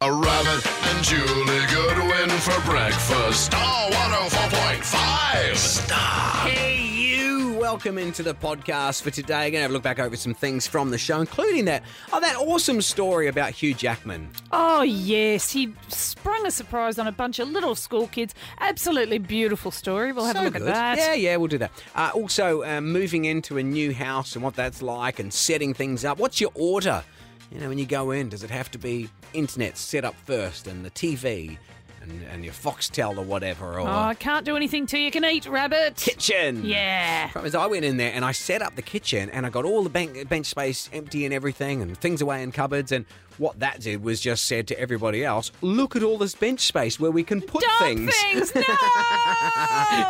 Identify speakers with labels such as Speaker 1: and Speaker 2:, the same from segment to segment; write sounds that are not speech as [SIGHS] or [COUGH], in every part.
Speaker 1: A rabbit and Julie Goodwin for breakfast. Oh, Star 104.5. Star.
Speaker 2: Hey, you! Welcome into the podcast for today. Going to have a look back over some things from the show, including that oh, that awesome story about Hugh Jackman.
Speaker 3: Oh, yes. He sprung a surprise on a bunch of little school kids. Absolutely beautiful story. We'll have
Speaker 2: so
Speaker 3: a look
Speaker 2: good.
Speaker 3: at that.
Speaker 2: Yeah, yeah, we'll do that. Uh, also, uh, moving into a new house and what that's like, and setting things up. What's your order? You know, when you go in, does it have to be internet set up first, and the TV, and, and your Foxtel or whatever, or
Speaker 3: Oh, I can't do anything till you can eat, rabbit.
Speaker 2: kitchen?
Speaker 3: Yeah.
Speaker 2: Problem is, I went in there and I set up the kitchen and I got all the bank, bench space empty and everything and things away in cupboards. And what that did was just said to everybody else, look at all this bench space where we can put
Speaker 3: Dump
Speaker 2: things.
Speaker 3: things. No!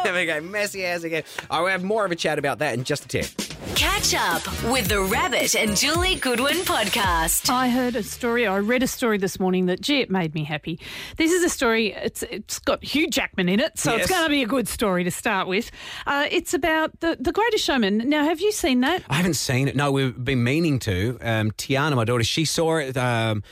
Speaker 2: [LAUGHS] there we go, messy as again. I will have more of a chat about that in just a tick.
Speaker 4: Catch up with the Rabbit and Julie Goodwin podcast.
Speaker 3: I heard a story, I read a story this morning that, gee, it made me happy. This is a story, it's, it's got Hugh Jackman in it, so
Speaker 2: Yes.
Speaker 3: it's going to be a good story to start with. Uh, it's about the, the Greatest Showman. Now, have you seen that?
Speaker 2: I haven't seen it. No, we've been meaning to. Um, Tiana, my daughter, she saw it. Um,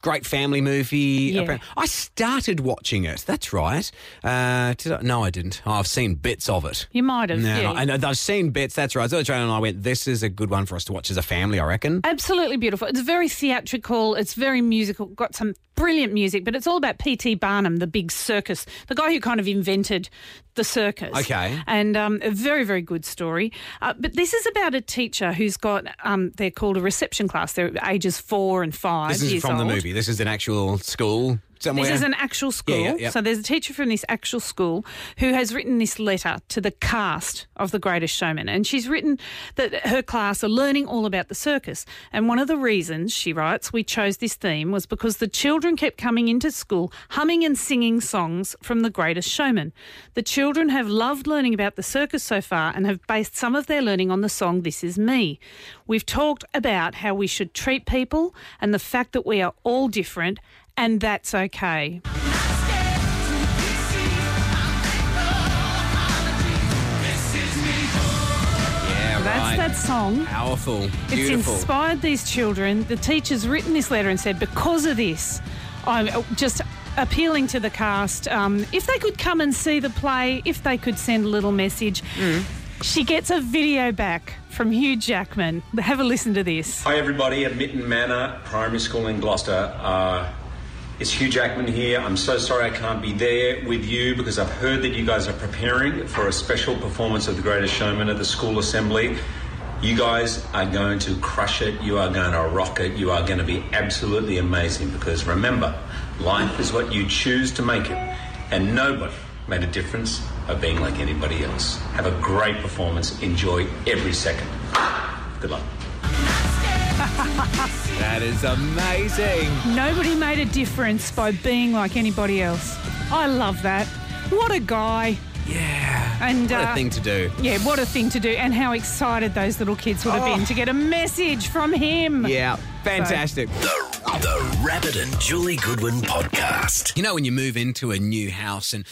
Speaker 2: great family movie.
Speaker 3: Yeah.
Speaker 2: Apparent- I started watching it. That's right. Uh, did I? No, I didn't. Oh, I've seen bits of it.
Speaker 3: You might have.
Speaker 2: No,
Speaker 3: yeah.
Speaker 2: no, and I've seen bits. That's right. I saw the trailer and I went, "This is a good one for us to watch as a family." I reckon.
Speaker 3: Absolutely beautiful. It's very theatrical. It's very musical. Got some brilliant music, but it's all about P.T. Barnum, the big circus, the guy who kind of invented the circus.
Speaker 2: Okay.
Speaker 3: And um, a very, very good story. Uh, but this is about a teacher who's got, um, they're called a reception class. They're ages four and five
Speaker 2: This isn't
Speaker 3: years
Speaker 2: from
Speaker 3: old.
Speaker 2: the movie. This is an actual school somewhere.
Speaker 3: This is an actual school.
Speaker 2: yeah, yeah.
Speaker 3: So there's a teacher from this actual school who has written this letter to the cast of The Greatest Showman. And she's written that her class are learning all about the circus. And one of the reasons, she writes, we chose this theme was because the children kept coming into school humming and singing songs from The Greatest Showman. The children have loved learning about the circus so far and have based some of their learning on the song This Is Me. We've talked about how we should treat people and the fact that we are all different and that's okay.
Speaker 2: yeah,
Speaker 3: That's
Speaker 2: right.
Speaker 3: that song.
Speaker 2: powerful,
Speaker 3: It's
Speaker 2: beautiful.
Speaker 3: inspired these children. The teacher's written this letter and said, because of this, I'm uh, just appealing to the cast. Um, if they could come and see the play, if they could send a little message.
Speaker 2: Mm.
Speaker 3: She gets a video back from Hugh Jackman. Have a listen to this.
Speaker 5: Hi, everybody at Mitten Manor Primary School in Gloucester. Uh, it's Hugh Jackman here. I'm so sorry I can't be there with you because I've heard that you guys are preparing for a special performance of The Greatest Showman at the school assembly. You guys are going to crush it. You are going to rock it. You are going to be absolutely amazing because remember, life is what you choose to make it. And nobody made a difference of being like anybody else. Have a great performance. Enjoy every second. Good luck.
Speaker 2: that is amazing.
Speaker 3: Nobody made a difference by being like anybody else. I love that. What a guy.
Speaker 2: Yeah,
Speaker 3: And
Speaker 2: what
Speaker 3: uh,
Speaker 2: a thing to do.
Speaker 3: Yeah, what a thing to do, and how excited those little kids would have
Speaker 2: Oh.
Speaker 3: been to get a message from him. [LAUGHS]
Speaker 2: Yeah, fantastic.
Speaker 1: The Rabbit and Julie Goodwin podcast.
Speaker 2: You know, when you move into a new house, and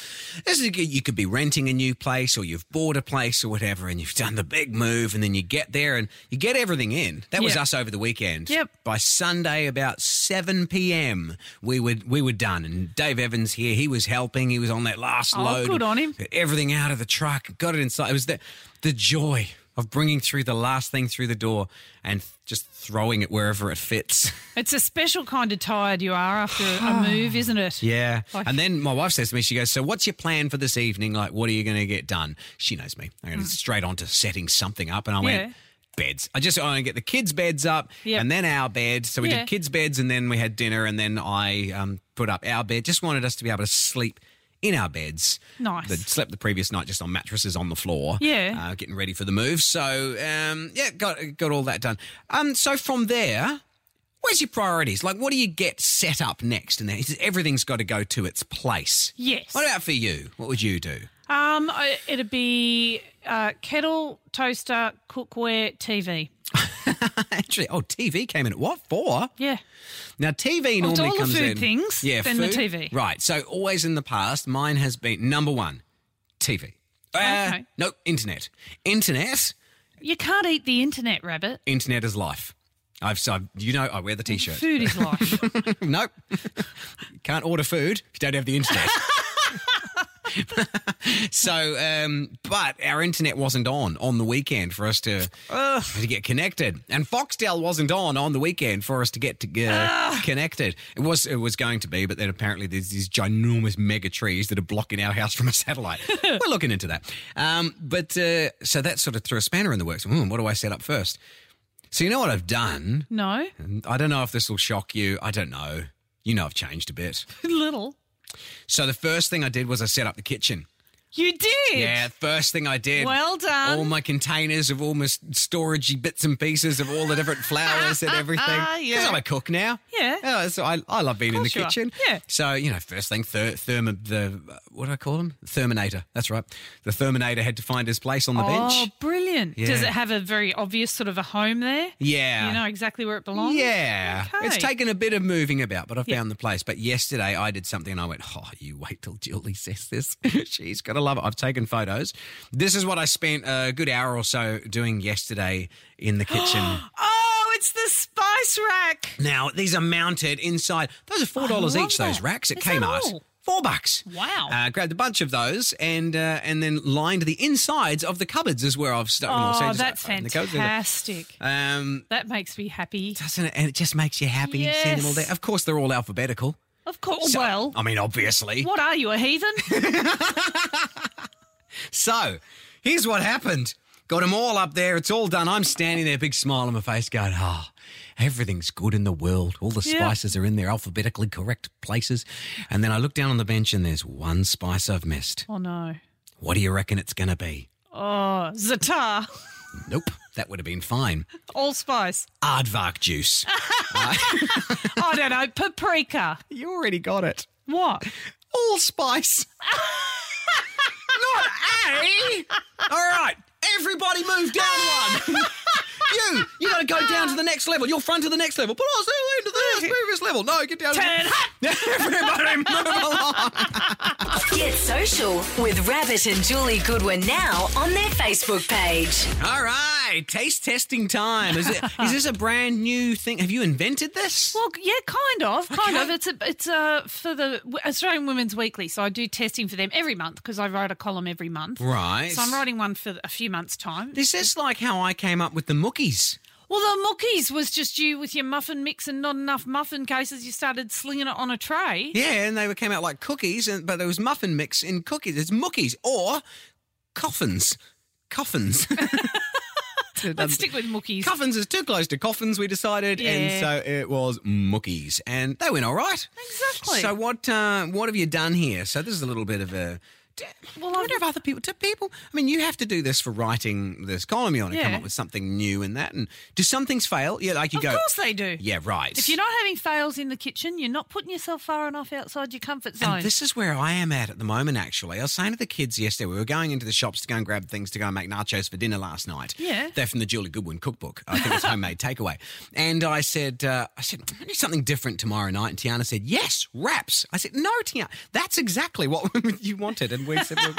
Speaker 2: this is good, you could be renting a new place or you've bought a place or whatever, and you've done the big move, and then you get there and you get everything in. That was
Speaker 3: Yep.
Speaker 2: us over the weekend.
Speaker 3: Yep.
Speaker 2: By Sunday, about 7 p.m., we were, we were done. And Dave Evans here, he was helping. He was on that last
Speaker 3: Oh,
Speaker 2: load.
Speaker 3: good on him.
Speaker 2: Got Everything out of the truck, got it inside. It was the, the joy of bringing through the last thing through the door and just throwing it wherever it fits. [LAUGHS]
Speaker 3: It's a special kind of tired you are after
Speaker 2: [SIGHS]
Speaker 3: a move, isn't it?
Speaker 2: Yeah.
Speaker 3: Like-
Speaker 2: and then my wife says to me, she goes, So what's your plan for this evening? Like, what are you going to get done? She knows me. I go straight on to setting something up. And I went,
Speaker 3: Mm. Yeah.
Speaker 2: Beds. I just I want to get the kids' beds up
Speaker 3: Yep.
Speaker 2: and then our bed. So we
Speaker 3: Yeah.
Speaker 2: did kids' beds and then we had dinner and then I um, put up our bed. Just wanted us to be able to sleep in our beds.
Speaker 3: Nice.
Speaker 2: That slept the previous night just on mattresses on the floor.
Speaker 3: Yeah.
Speaker 2: Uh, getting ready for the move. So um, yeah, got got all that done. Um, so from there, Where's your priorities? Like, what do you get set up next? And then everything's got to go to its place.
Speaker 3: Yes.
Speaker 2: What about for you? What would you do? [LAUGHS]
Speaker 3: Um, I- it'd be uh, kettle, toaster, cookware, TV.
Speaker 2: Actually, oh, TV came in at what four?
Speaker 3: Yeah.
Speaker 2: Now, TV
Speaker 3: Well, it's
Speaker 2: normally
Speaker 3: Oh, all the
Speaker 2: comes
Speaker 3: food
Speaker 2: in.
Speaker 3: things,
Speaker 2: yeah,
Speaker 3: then the
Speaker 2: food.
Speaker 3: TV.
Speaker 2: Right. So always in the past, mine has been number one, TV.
Speaker 3: Okay.
Speaker 2: No, internet. Internet.
Speaker 3: You can't eat the internet, rabbit.
Speaker 2: Internet is life. I've, so I've you know, I wear the t-shirt. [LAUGHS]
Speaker 3: Food is life.
Speaker 2: nope, [LAUGHS] can't order food if you don't have the internet. [LAUGHS] so, um, but our internet wasn't on on the weekend for us to to get connected, and Foxtel wasn't on on the weekend for us to get to, uh, connected. It was it was going to be, but then apparently there's these ginormous mega trees that are blocking our house from a satellite. We're looking into that. Um, but uh, so that sort of threw a spanner in the works. Hmm, what do I set up first? So you know what I've done?
Speaker 3: no,
Speaker 2: I don't know if this will shock you. I don't know. You know I've changed a bit.
Speaker 3: little.
Speaker 2: So the first thing I did was I set up the kitchen.
Speaker 3: You did.
Speaker 2: Yeah, first thing I did.
Speaker 3: Well done.
Speaker 2: All my containers of all my s- storagey bits and pieces of all the different flowers
Speaker 3: [LAUGHS]
Speaker 2: and everything. Because
Speaker 3: Ah, yeah.
Speaker 2: I'm a cook now.
Speaker 3: Yeah.
Speaker 2: Oh, so I, I love being in the
Speaker 3: course you are.
Speaker 2: kitchen.
Speaker 3: Yeah.
Speaker 2: So, you know, first thing, ther- thermo, the, what do I call him? Therminator. That's right. The Therminator had to find his place on the
Speaker 3: Oh,
Speaker 2: bench.
Speaker 3: brilliant. Does
Speaker 2: Yeah.
Speaker 3: it have a very obvious sort of a home there?
Speaker 2: Yeah.
Speaker 3: You know exactly where it belongs?
Speaker 2: Yeah.
Speaker 3: Okay.
Speaker 2: It's taken a bit of moving about, but I found the place. But yesterday I did something and I went, oh, you wait till Julie says this. [LAUGHS] She's going to love it. I've taken photos. This is what I spent a good hour or so doing yesterday in the kitchen.
Speaker 3: [GASPS] Oh, it's the spice rack.
Speaker 2: now, these are mounted inside. Those are $4
Speaker 3: I love
Speaker 2: each, those
Speaker 3: that.
Speaker 2: racks at
Speaker 3: Is that
Speaker 2: Kmart.
Speaker 3: all?
Speaker 2: Four bucks.
Speaker 3: Wow.
Speaker 2: Uh, grabbed a bunch of those and uh, and then lined the insides of the cupboards is where I've stuck them all. So
Speaker 3: Oh,
Speaker 2: just
Speaker 3: that's
Speaker 2: open the cupboards and-
Speaker 3: fantastic.
Speaker 2: Um,
Speaker 3: That makes me happy.
Speaker 2: doesn't it? And it just makes you happy seeing them all there.
Speaker 3: Yes.
Speaker 2: Of course, they're all alphabetical.
Speaker 3: Of course. well,
Speaker 2: I mean, obviously.
Speaker 3: what are you, a heathen?
Speaker 2: [LAUGHS] So, here's what happened. Got them all up there. It's all done. I'm standing there, big smile on my face, going, oh, everything's good in the world. All the
Speaker 3: Yeah.
Speaker 2: spices are in their alphabetically correct places. And then I look down on the bench and there's one spice I've missed.
Speaker 3: oh, no.
Speaker 2: What do you reckon it's going to be?
Speaker 3: Oh, za'atar,
Speaker 2: Nope. That would have been fine.
Speaker 3: allspice.
Speaker 2: Aardvark juice.
Speaker 3: I don't know, paprika.
Speaker 2: [LAUGHS] you already got it.
Speaker 3: What? [LAUGHS]
Speaker 2: Allspice. Not A. All right, everybody move down
Speaker 3: [LAUGHS]
Speaker 2: one. you, you got to go down to the next level. You're front to the next level. But I was down to the next previous level. No, get down.
Speaker 3: Turn up.
Speaker 2: To- [LAUGHS] everybody
Speaker 3: [LAUGHS]
Speaker 2: move along.
Speaker 4: Get social with Rabbit and Julie Goodwin now on their Facebook page.
Speaker 2: All right, taste testing time. Is it? Is this a brand new thing? Have you invented this?
Speaker 3: Well, yeah, kind of, kind
Speaker 2: Okay.
Speaker 3: of. It's a, it's uh for the Australian Women's Weekly, so I do testing for them every month because I write a column every month.
Speaker 2: Right.
Speaker 3: So I'm writing one for a few months' time.
Speaker 2: This is like how I came up with the mookies.
Speaker 3: Well, the muckies was just you with your muffin mix and not enough muffin cases. You started slinging it on a tray.
Speaker 2: Yeah, and they were, came out like cookies, and but there was muffin mix in cookies. It's mookies or coffins.
Speaker 3: [LAUGHS]
Speaker 2: Coffins.
Speaker 3: Let's stick with muckies.
Speaker 2: Coffins is too close to coffins, we decided, and
Speaker 3: Yeah.
Speaker 2: so it was mookies, and they went all right.
Speaker 3: Exactly.
Speaker 2: So what uh, what have you done here? So this is a little bit of a. d-
Speaker 3: Well,
Speaker 2: I wonder
Speaker 3: I've-
Speaker 2: if other people, do people? I mean, you have to do this for writing this column. You want to come
Speaker 3: Yeah.
Speaker 2: up with something new and that. And do some things fail? Yeah, like you
Speaker 3: of
Speaker 2: go.
Speaker 3: course they do.
Speaker 2: Yeah, right.
Speaker 3: If you're not having fails in the kitchen, you're not putting yourself far enough outside your comfort zone.
Speaker 2: And this is where I am at at the moment, actually. I was saying to the kids yesterday, we were going into the shops to go and grab things to go and make nachos for dinner last night.
Speaker 3: Yeah.
Speaker 2: They're from the Julie Goodwin cookbook. I think it's
Speaker 3: [LAUGHS]
Speaker 2: homemade takeaway. And I said, uh, I said, I need something different tomorrow night. And Tiana said, yes, wraps. I said, no, Tiana, that's exactly what [LAUGHS] you wanted. And we said, well,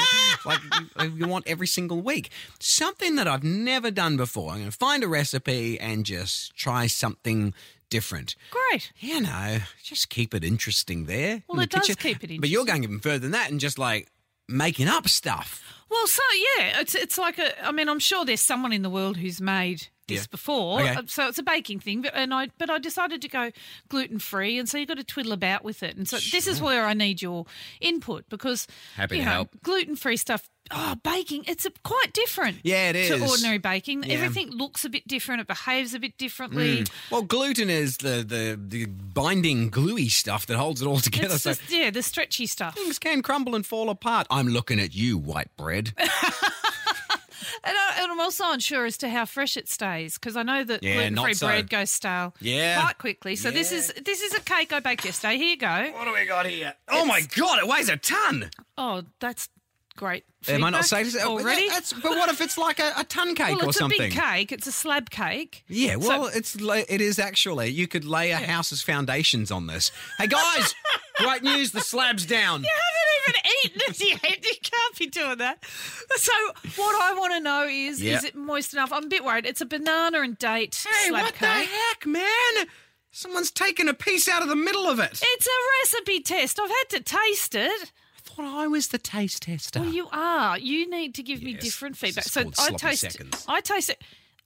Speaker 2: like, you you want every single week. Something that I've never done before. I'm going to find a recipe and just try something different
Speaker 3: Great.
Speaker 2: you know, just keep it interesting there. in
Speaker 3: Well,
Speaker 2: the
Speaker 3: it does
Speaker 2: kitchen.
Speaker 3: keep it
Speaker 2: But you're going even further than that and just like making up stuff.
Speaker 3: Well, so yeah, it's it's like a. I mean, I'm sure there's someone in the world who's made this
Speaker 2: Yeah.
Speaker 3: before.
Speaker 2: Okay.
Speaker 3: Uh, So it's a baking thing, but and I but I decided to go gluten free, and so you've got to twiddle about with it. And so this is where I need your input because
Speaker 2: Happy
Speaker 3: you
Speaker 2: to
Speaker 3: know,
Speaker 2: help.
Speaker 3: gluten free stuff. Oh, baking! It's a, quite different.
Speaker 2: Yeah, it is.
Speaker 3: to ordinary baking.
Speaker 2: Yeah. Mm.
Speaker 3: Everything looks a bit different. It behaves a bit differently.
Speaker 2: [LAUGHS] Well, gluten is the, the, the binding, gluey stuff that holds it all together.
Speaker 3: It's
Speaker 2: So
Speaker 3: just yeah, the stretchy stuff.
Speaker 2: things can crumble and fall apart. I'm looking at you, white
Speaker 3: [LAUGHS]
Speaker 2: bread.
Speaker 3: And, I, and I'm also unsure as to how fresh it stays because I know that
Speaker 2: Yeah,
Speaker 3: gluten-free
Speaker 2: not so.
Speaker 3: bread goes stale
Speaker 2: Yeah.
Speaker 3: quite quickly. So this is this is a cake I baked yesterday. Here you go.
Speaker 2: what do we got here? Oh my God, it weighs a ton.
Speaker 3: Oh, that's great.
Speaker 2: Am I not saying
Speaker 3: feedback
Speaker 2: this? Oh,
Speaker 3: already?
Speaker 2: that's- but what if it's like a, a ton cake
Speaker 3: [LAUGHS] well,
Speaker 2: or
Speaker 3: it's
Speaker 2: something?
Speaker 3: a big cake. It's a slab cake. [LAUGHS]
Speaker 2: Yeah,
Speaker 3: So-
Speaker 2: well, it's la- it is actually. You could
Speaker 3: [LAUGHS]
Speaker 2: lay a house's foundations on this. Hey guys, great news! The slab's down.
Speaker 3: I even eaten it yet. [LAUGHS] You can't be doing that. So what I want to know is,
Speaker 2: Yeah.
Speaker 3: is it moist enough? I'm a bit worried. It's a banana and date
Speaker 2: Hey,
Speaker 3: slab
Speaker 2: what the
Speaker 3: cake.
Speaker 2: heck, man? Someone's taken a piece out of the middle of it.
Speaker 3: It's a recipe test. I've had to taste it.
Speaker 2: I thought I was the taste tester.
Speaker 3: You are. You need to give me
Speaker 2: Yes,
Speaker 3: different
Speaker 2: this
Speaker 3: feedback.
Speaker 2: is
Speaker 3: So
Speaker 2: called
Speaker 3: I
Speaker 2: sloppy
Speaker 3: taste.
Speaker 2: seconds.
Speaker 3: I taste it.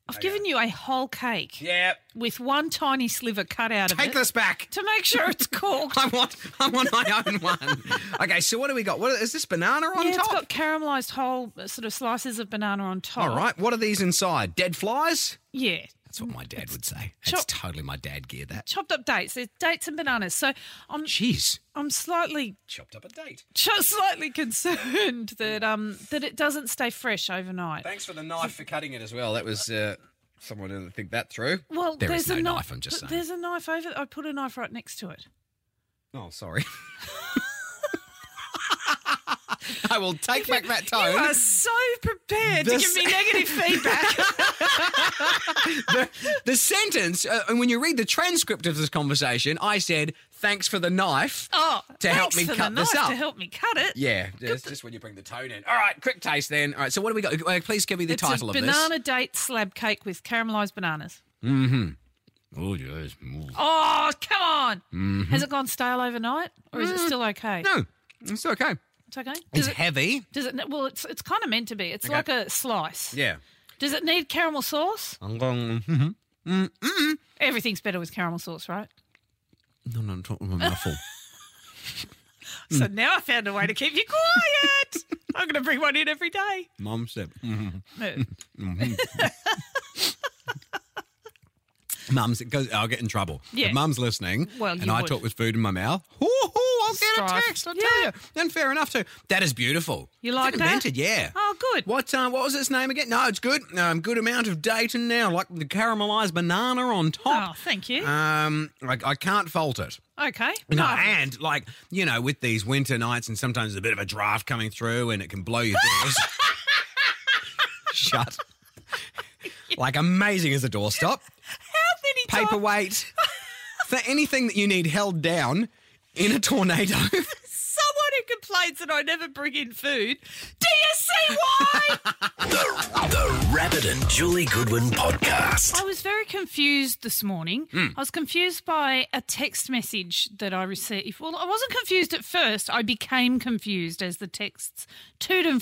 Speaker 3: I've given you a whole cake
Speaker 2: yeah,
Speaker 3: with one tiny sliver cut out of
Speaker 2: take
Speaker 3: it
Speaker 2: this back. [LAUGHS]
Speaker 3: to make sure it's cooked.
Speaker 2: I want, I want my own one. Okay, so what do we got? What is this banana on
Speaker 3: yeah,
Speaker 2: top?
Speaker 3: it's got caramelized whole uh, sort of slices of banana on top.
Speaker 2: All right, what are these inside? Dead flies?
Speaker 3: Yeah.
Speaker 2: That's what my dad would say.
Speaker 3: Chop-
Speaker 2: That's totally my dad gear. That.
Speaker 3: Chopped up dates. There's dates and bananas. So I'm
Speaker 2: Jeez,
Speaker 3: I'm slightly
Speaker 2: chopped up a date.
Speaker 3: just slightly concerned [LAUGHS] that um that it doesn't stay fresh overnight.
Speaker 2: Thanks for the knife for cutting it as well. That was uh, someone didn't think that through.
Speaker 3: Well,
Speaker 2: There is
Speaker 3: there's a
Speaker 2: no
Speaker 3: kni-
Speaker 2: knife, I'm just
Speaker 3: but
Speaker 2: saying.
Speaker 3: There's a knife over. I put a knife right next to it.
Speaker 2: Oh, sorry. [LAUGHS] I will take back that tone.
Speaker 3: You are so prepared
Speaker 2: Oh, This-
Speaker 3: to give me
Speaker 2: [LAUGHS]
Speaker 3: negative feedback.
Speaker 2: The sentence, uh, and when you read the transcript of this conversation, I said, "Thanks for the knife."
Speaker 3: Oh,
Speaker 2: To help
Speaker 3: thanks
Speaker 2: me
Speaker 3: for
Speaker 2: cut
Speaker 3: the
Speaker 2: this
Speaker 3: knife
Speaker 2: up.
Speaker 3: To help me cut it.
Speaker 2: Yeah, it's just when you bring the tone in. All right, quick taste then. All right, so what do we got? Uh, please give me the
Speaker 3: It's
Speaker 2: title
Speaker 3: a
Speaker 2: of
Speaker 3: banana date slab cake with caramelized bananas.
Speaker 2: this. Oh yes. Mm.
Speaker 3: Oh, come on! Has it gone stale overnight, or is it still okay?
Speaker 2: Mm-hmm. Mm, No, it's okay.
Speaker 3: it's okay.
Speaker 2: It's
Speaker 3: Does it,
Speaker 2: heavy.
Speaker 3: does it? Well, it's it's kind of meant to be. It's like a slice.
Speaker 2: Yeah.
Speaker 3: Does it need caramel sauce?
Speaker 2: I'm going. Mm-hmm.
Speaker 3: Everything's better with caramel sauce, right?
Speaker 2: No, no, I'm talking with my mouthful. [LAUGHS] Mm.
Speaker 3: So now I found a way to keep you
Speaker 2: [LAUGHS]
Speaker 3: quiet. I'm going to bring one in every day.
Speaker 2: Mom said.
Speaker 3: No.
Speaker 2: Mum's because I'll get in trouble.
Speaker 3: Yeah.
Speaker 2: If Mum's listening,
Speaker 3: Well,
Speaker 2: and
Speaker 3: you
Speaker 2: I
Speaker 3: would.
Speaker 2: talk with food in my mouth. Hoo, hoo, I'll get
Speaker 3: Strife.
Speaker 2: a text. I
Speaker 3: Yeah.
Speaker 2: tell you. Then fair enough too. That is beautiful.
Speaker 3: You like
Speaker 2: It's
Speaker 3: that?
Speaker 2: invented, yeah.
Speaker 3: Oh, good.
Speaker 2: What um, what was its name again? No, it's good. Um, good amount of dating now, like the caramelized banana on
Speaker 3: Oh,
Speaker 2: top.
Speaker 3: thank you.
Speaker 2: Um, I, I can't fault it.
Speaker 3: okay.
Speaker 2: No,
Speaker 3: Marvellous.
Speaker 2: and like you know, with these winter nights, and sometimes there's a bit of a draft coming through, and it can blow your
Speaker 3: [LAUGHS]
Speaker 2: doors shut. like amazing as a doorstop,
Speaker 3: How many times-
Speaker 2: paperweight, for anything that you need held down in a tornado.
Speaker 3: Someone who complains that I never bring in food. Do you see why?
Speaker 1: The Rabbit and Julie Goodwin Podcast.
Speaker 3: [LAUGHS] I was very confused this morning. I was confused by a text message that I received. Well, I wasn't confused at first. I became confused as the texts toed and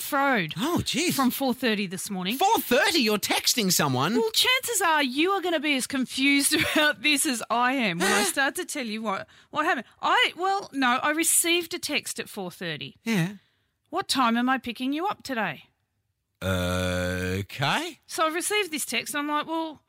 Speaker 2: [LAUGHS]
Speaker 3: froed [GASPS]
Speaker 2: oh, geez.
Speaker 3: from 4.30 this morning.
Speaker 2: four thirty, you're texting someone.
Speaker 3: Well, chances are you are going to be as confused [LAUGHS] about this as I am when I [GASPS] start to tell you what what happened. I well, no, I received a text at four thirty.
Speaker 2: Yeah.
Speaker 3: What time am I picking you up today?
Speaker 2: Okay.
Speaker 3: So I received this text, and I'm like, well,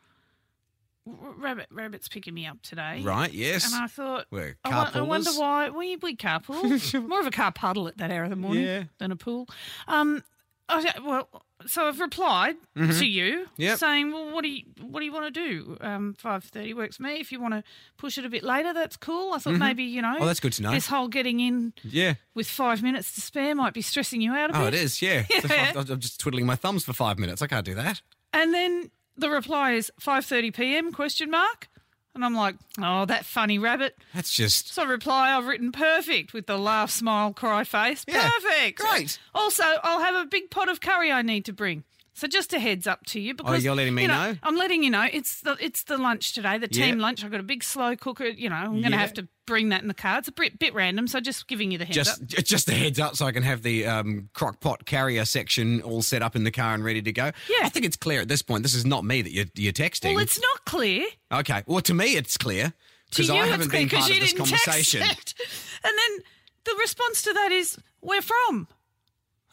Speaker 3: R- rabbit, rabbit's picking me up today,
Speaker 2: Right. Yes.
Speaker 3: And I thought,
Speaker 2: We're
Speaker 3: I, won- I wonder
Speaker 2: carpoolers.
Speaker 3: why we
Speaker 2: [LAUGHS]
Speaker 3: we carpool. More of a car puddle at that hour of the morning
Speaker 2: Yeah.
Speaker 3: than a pool. Um, I, well, so I've replied to you
Speaker 2: Mm-hmm. Yep.
Speaker 3: saying, "Well, what do you what do you want to do? Um, five thirty works for me. If you want to push it a bit later, that's cool. I thought maybe you know,
Speaker 2: Oh, that's good to know.
Speaker 3: This whole getting in
Speaker 2: yeah.
Speaker 3: with five minutes to spare might be stressing you out a bit.
Speaker 2: Oh, it is. Yeah.
Speaker 3: Yeah.
Speaker 2: I'm I'm just twiddling my thumbs for five minutes. I can't do that.
Speaker 3: And then the reply is five thirty p.m. question mark, and I'm like, oh, that funny rabbit.
Speaker 2: That's just
Speaker 3: So reply, I've written perfect with the laugh, smile, cry face.
Speaker 2: Yeah,
Speaker 3: perfect.
Speaker 2: great.
Speaker 3: Also, I'll have a big pot of curry I need to bring. So just a heads up to you because
Speaker 2: Oh, you're letting me
Speaker 3: you
Speaker 2: know?
Speaker 3: I'm letting you know it's the it's the lunch today, the team
Speaker 2: Yeah.
Speaker 3: lunch. I've got a big slow cooker. You know, I'm going to
Speaker 2: Yeah.
Speaker 3: have to bring that in the car. It's a bit, bit random, so just giving you the heads
Speaker 2: just
Speaker 3: up.
Speaker 2: j- just a heads up, so I can have the um, crock pot carrier section all set up in the car and ready to go.
Speaker 3: Yeah.
Speaker 2: I think it's clear at this point. This is not me that you're, you're texting.
Speaker 3: Well, it's not clear.
Speaker 2: okay. Well, to me, it's clear
Speaker 3: to
Speaker 2: because
Speaker 3: you
Speaker 2: I
Speaker 3: it's
Speaker 2: haven't
Speaker 3: clear
Speaker 2: been
Speaker 3: 'cause
Speaker 2: part
Speaker 3: you
Speaker 2: of this
Speaker 3: didn't
Speaker 2: conversation.
Speaker 3: Text it. [LAUGHS] And then the response to that is, "Where from?"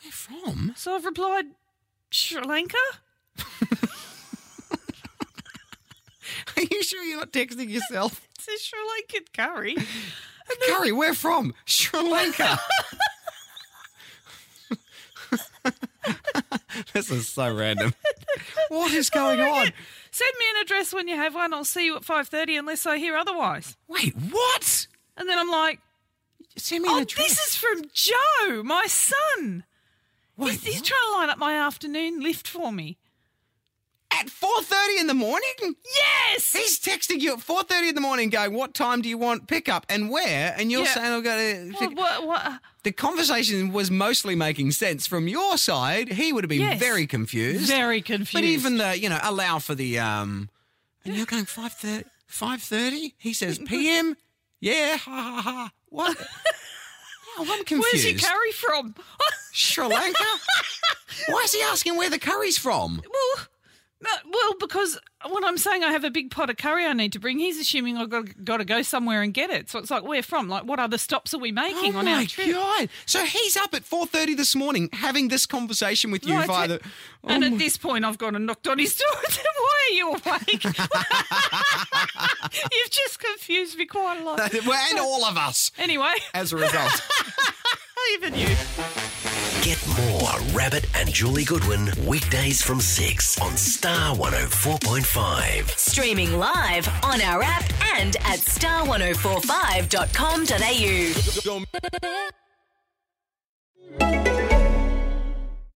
Speaker 2: Where from?
Speaker 3: So I've replied, "Sri Lanka."
Speaker 2: [LAUGHS]
Speaker 3: [LAUGHS]
Speaker 2: Are you sure you're not texting
Speaker 3: [LAUGHS]
Speaker 2: yourself?
Speaker 3: It's a Sri Lankan
Speaker 2: [LAUGHS]
Speaker 3: curry.
Speaker 2: Curry, where from? Sri
Speaker 3: [LAUGHS]
Speaker 2: Lanka. this is so
Speaker 3: [LAUGHS]
Speaker 2: random. What is going
Speaker 3: Oh
Speaker 2: on?
Speaker 3: Send me an address when you have one. I'll see you at five thirty unless I hear otherwise.
Speaker 2: Wait, what?
Speaker 3: And then I'm like,
Speaker 2: Send me an
Speaker 3: oh,
Speaker 2: address.
Speaker 3: this is from Joe, my son.
Speaker 2: Wait,
Speaker 3: he's, he's
Speaker 2: what?
Speaker 3: trying to line up my afternoon lift for me.
Speaker 2: At 4.30 in the morning?
Speaker 3: Yes!
Speaker 2: He's texting you at 4.30 in the morning going, what time do you want pickup and where? And you're
Speaker 3: Yeah.
Speaker 2: saying I've got to...
Speaker 6: What, what, what?
Speaker 2: The conversation was mostly making sense from your side. He would have been
Speaker 6: Yes.
Speaker 2: very confused.
Speaker 3: Very confused.
Speaker 2: But even the, you know, allow for the, um, and you're going 5.30? 5.30? He
Speaker 3: [LAUGHS]
Speaker 2: says PM? yeah, ha ha ha. What? Oh, I'm confused.
Speaker 3: Where's your curry from? [LAUGHS]
Speaker 2: Sri Lanka? Why is he asking where the curry's from?
Speaker 3: well, no, well, because when I'm saying I have a big pot of curry I need to bring, he's assuming I've got, got to go somewhere and get it. So it's like, where from? Like, what other stops are we making
Speaker 2: oh
Speaker 3: on
Speaker 2: my
Speaker 3: our trip?
Speaker 2: god! So he's up at four thirty this morning having this conversation with you
Speaker 3: Right.
Speaker 2: via the. Oh
Speaker 3: and at this point, I've gone and knocked on his door and said, Why are you awake? [LAUGHS] You've just confused me quite a lot.
Speaker 2: Well, [LAUGHS] and all of us
Speaker 3: Anyway, [LAUGHS]
Speaker 2: as a result.
Speaker 3: even you.
Speaker 7: Get more Rabbit and Julie Goodwin weekdays from 6 on Star 104.5.
Speaker 4: Streaming live on our app and at star1045.com.au.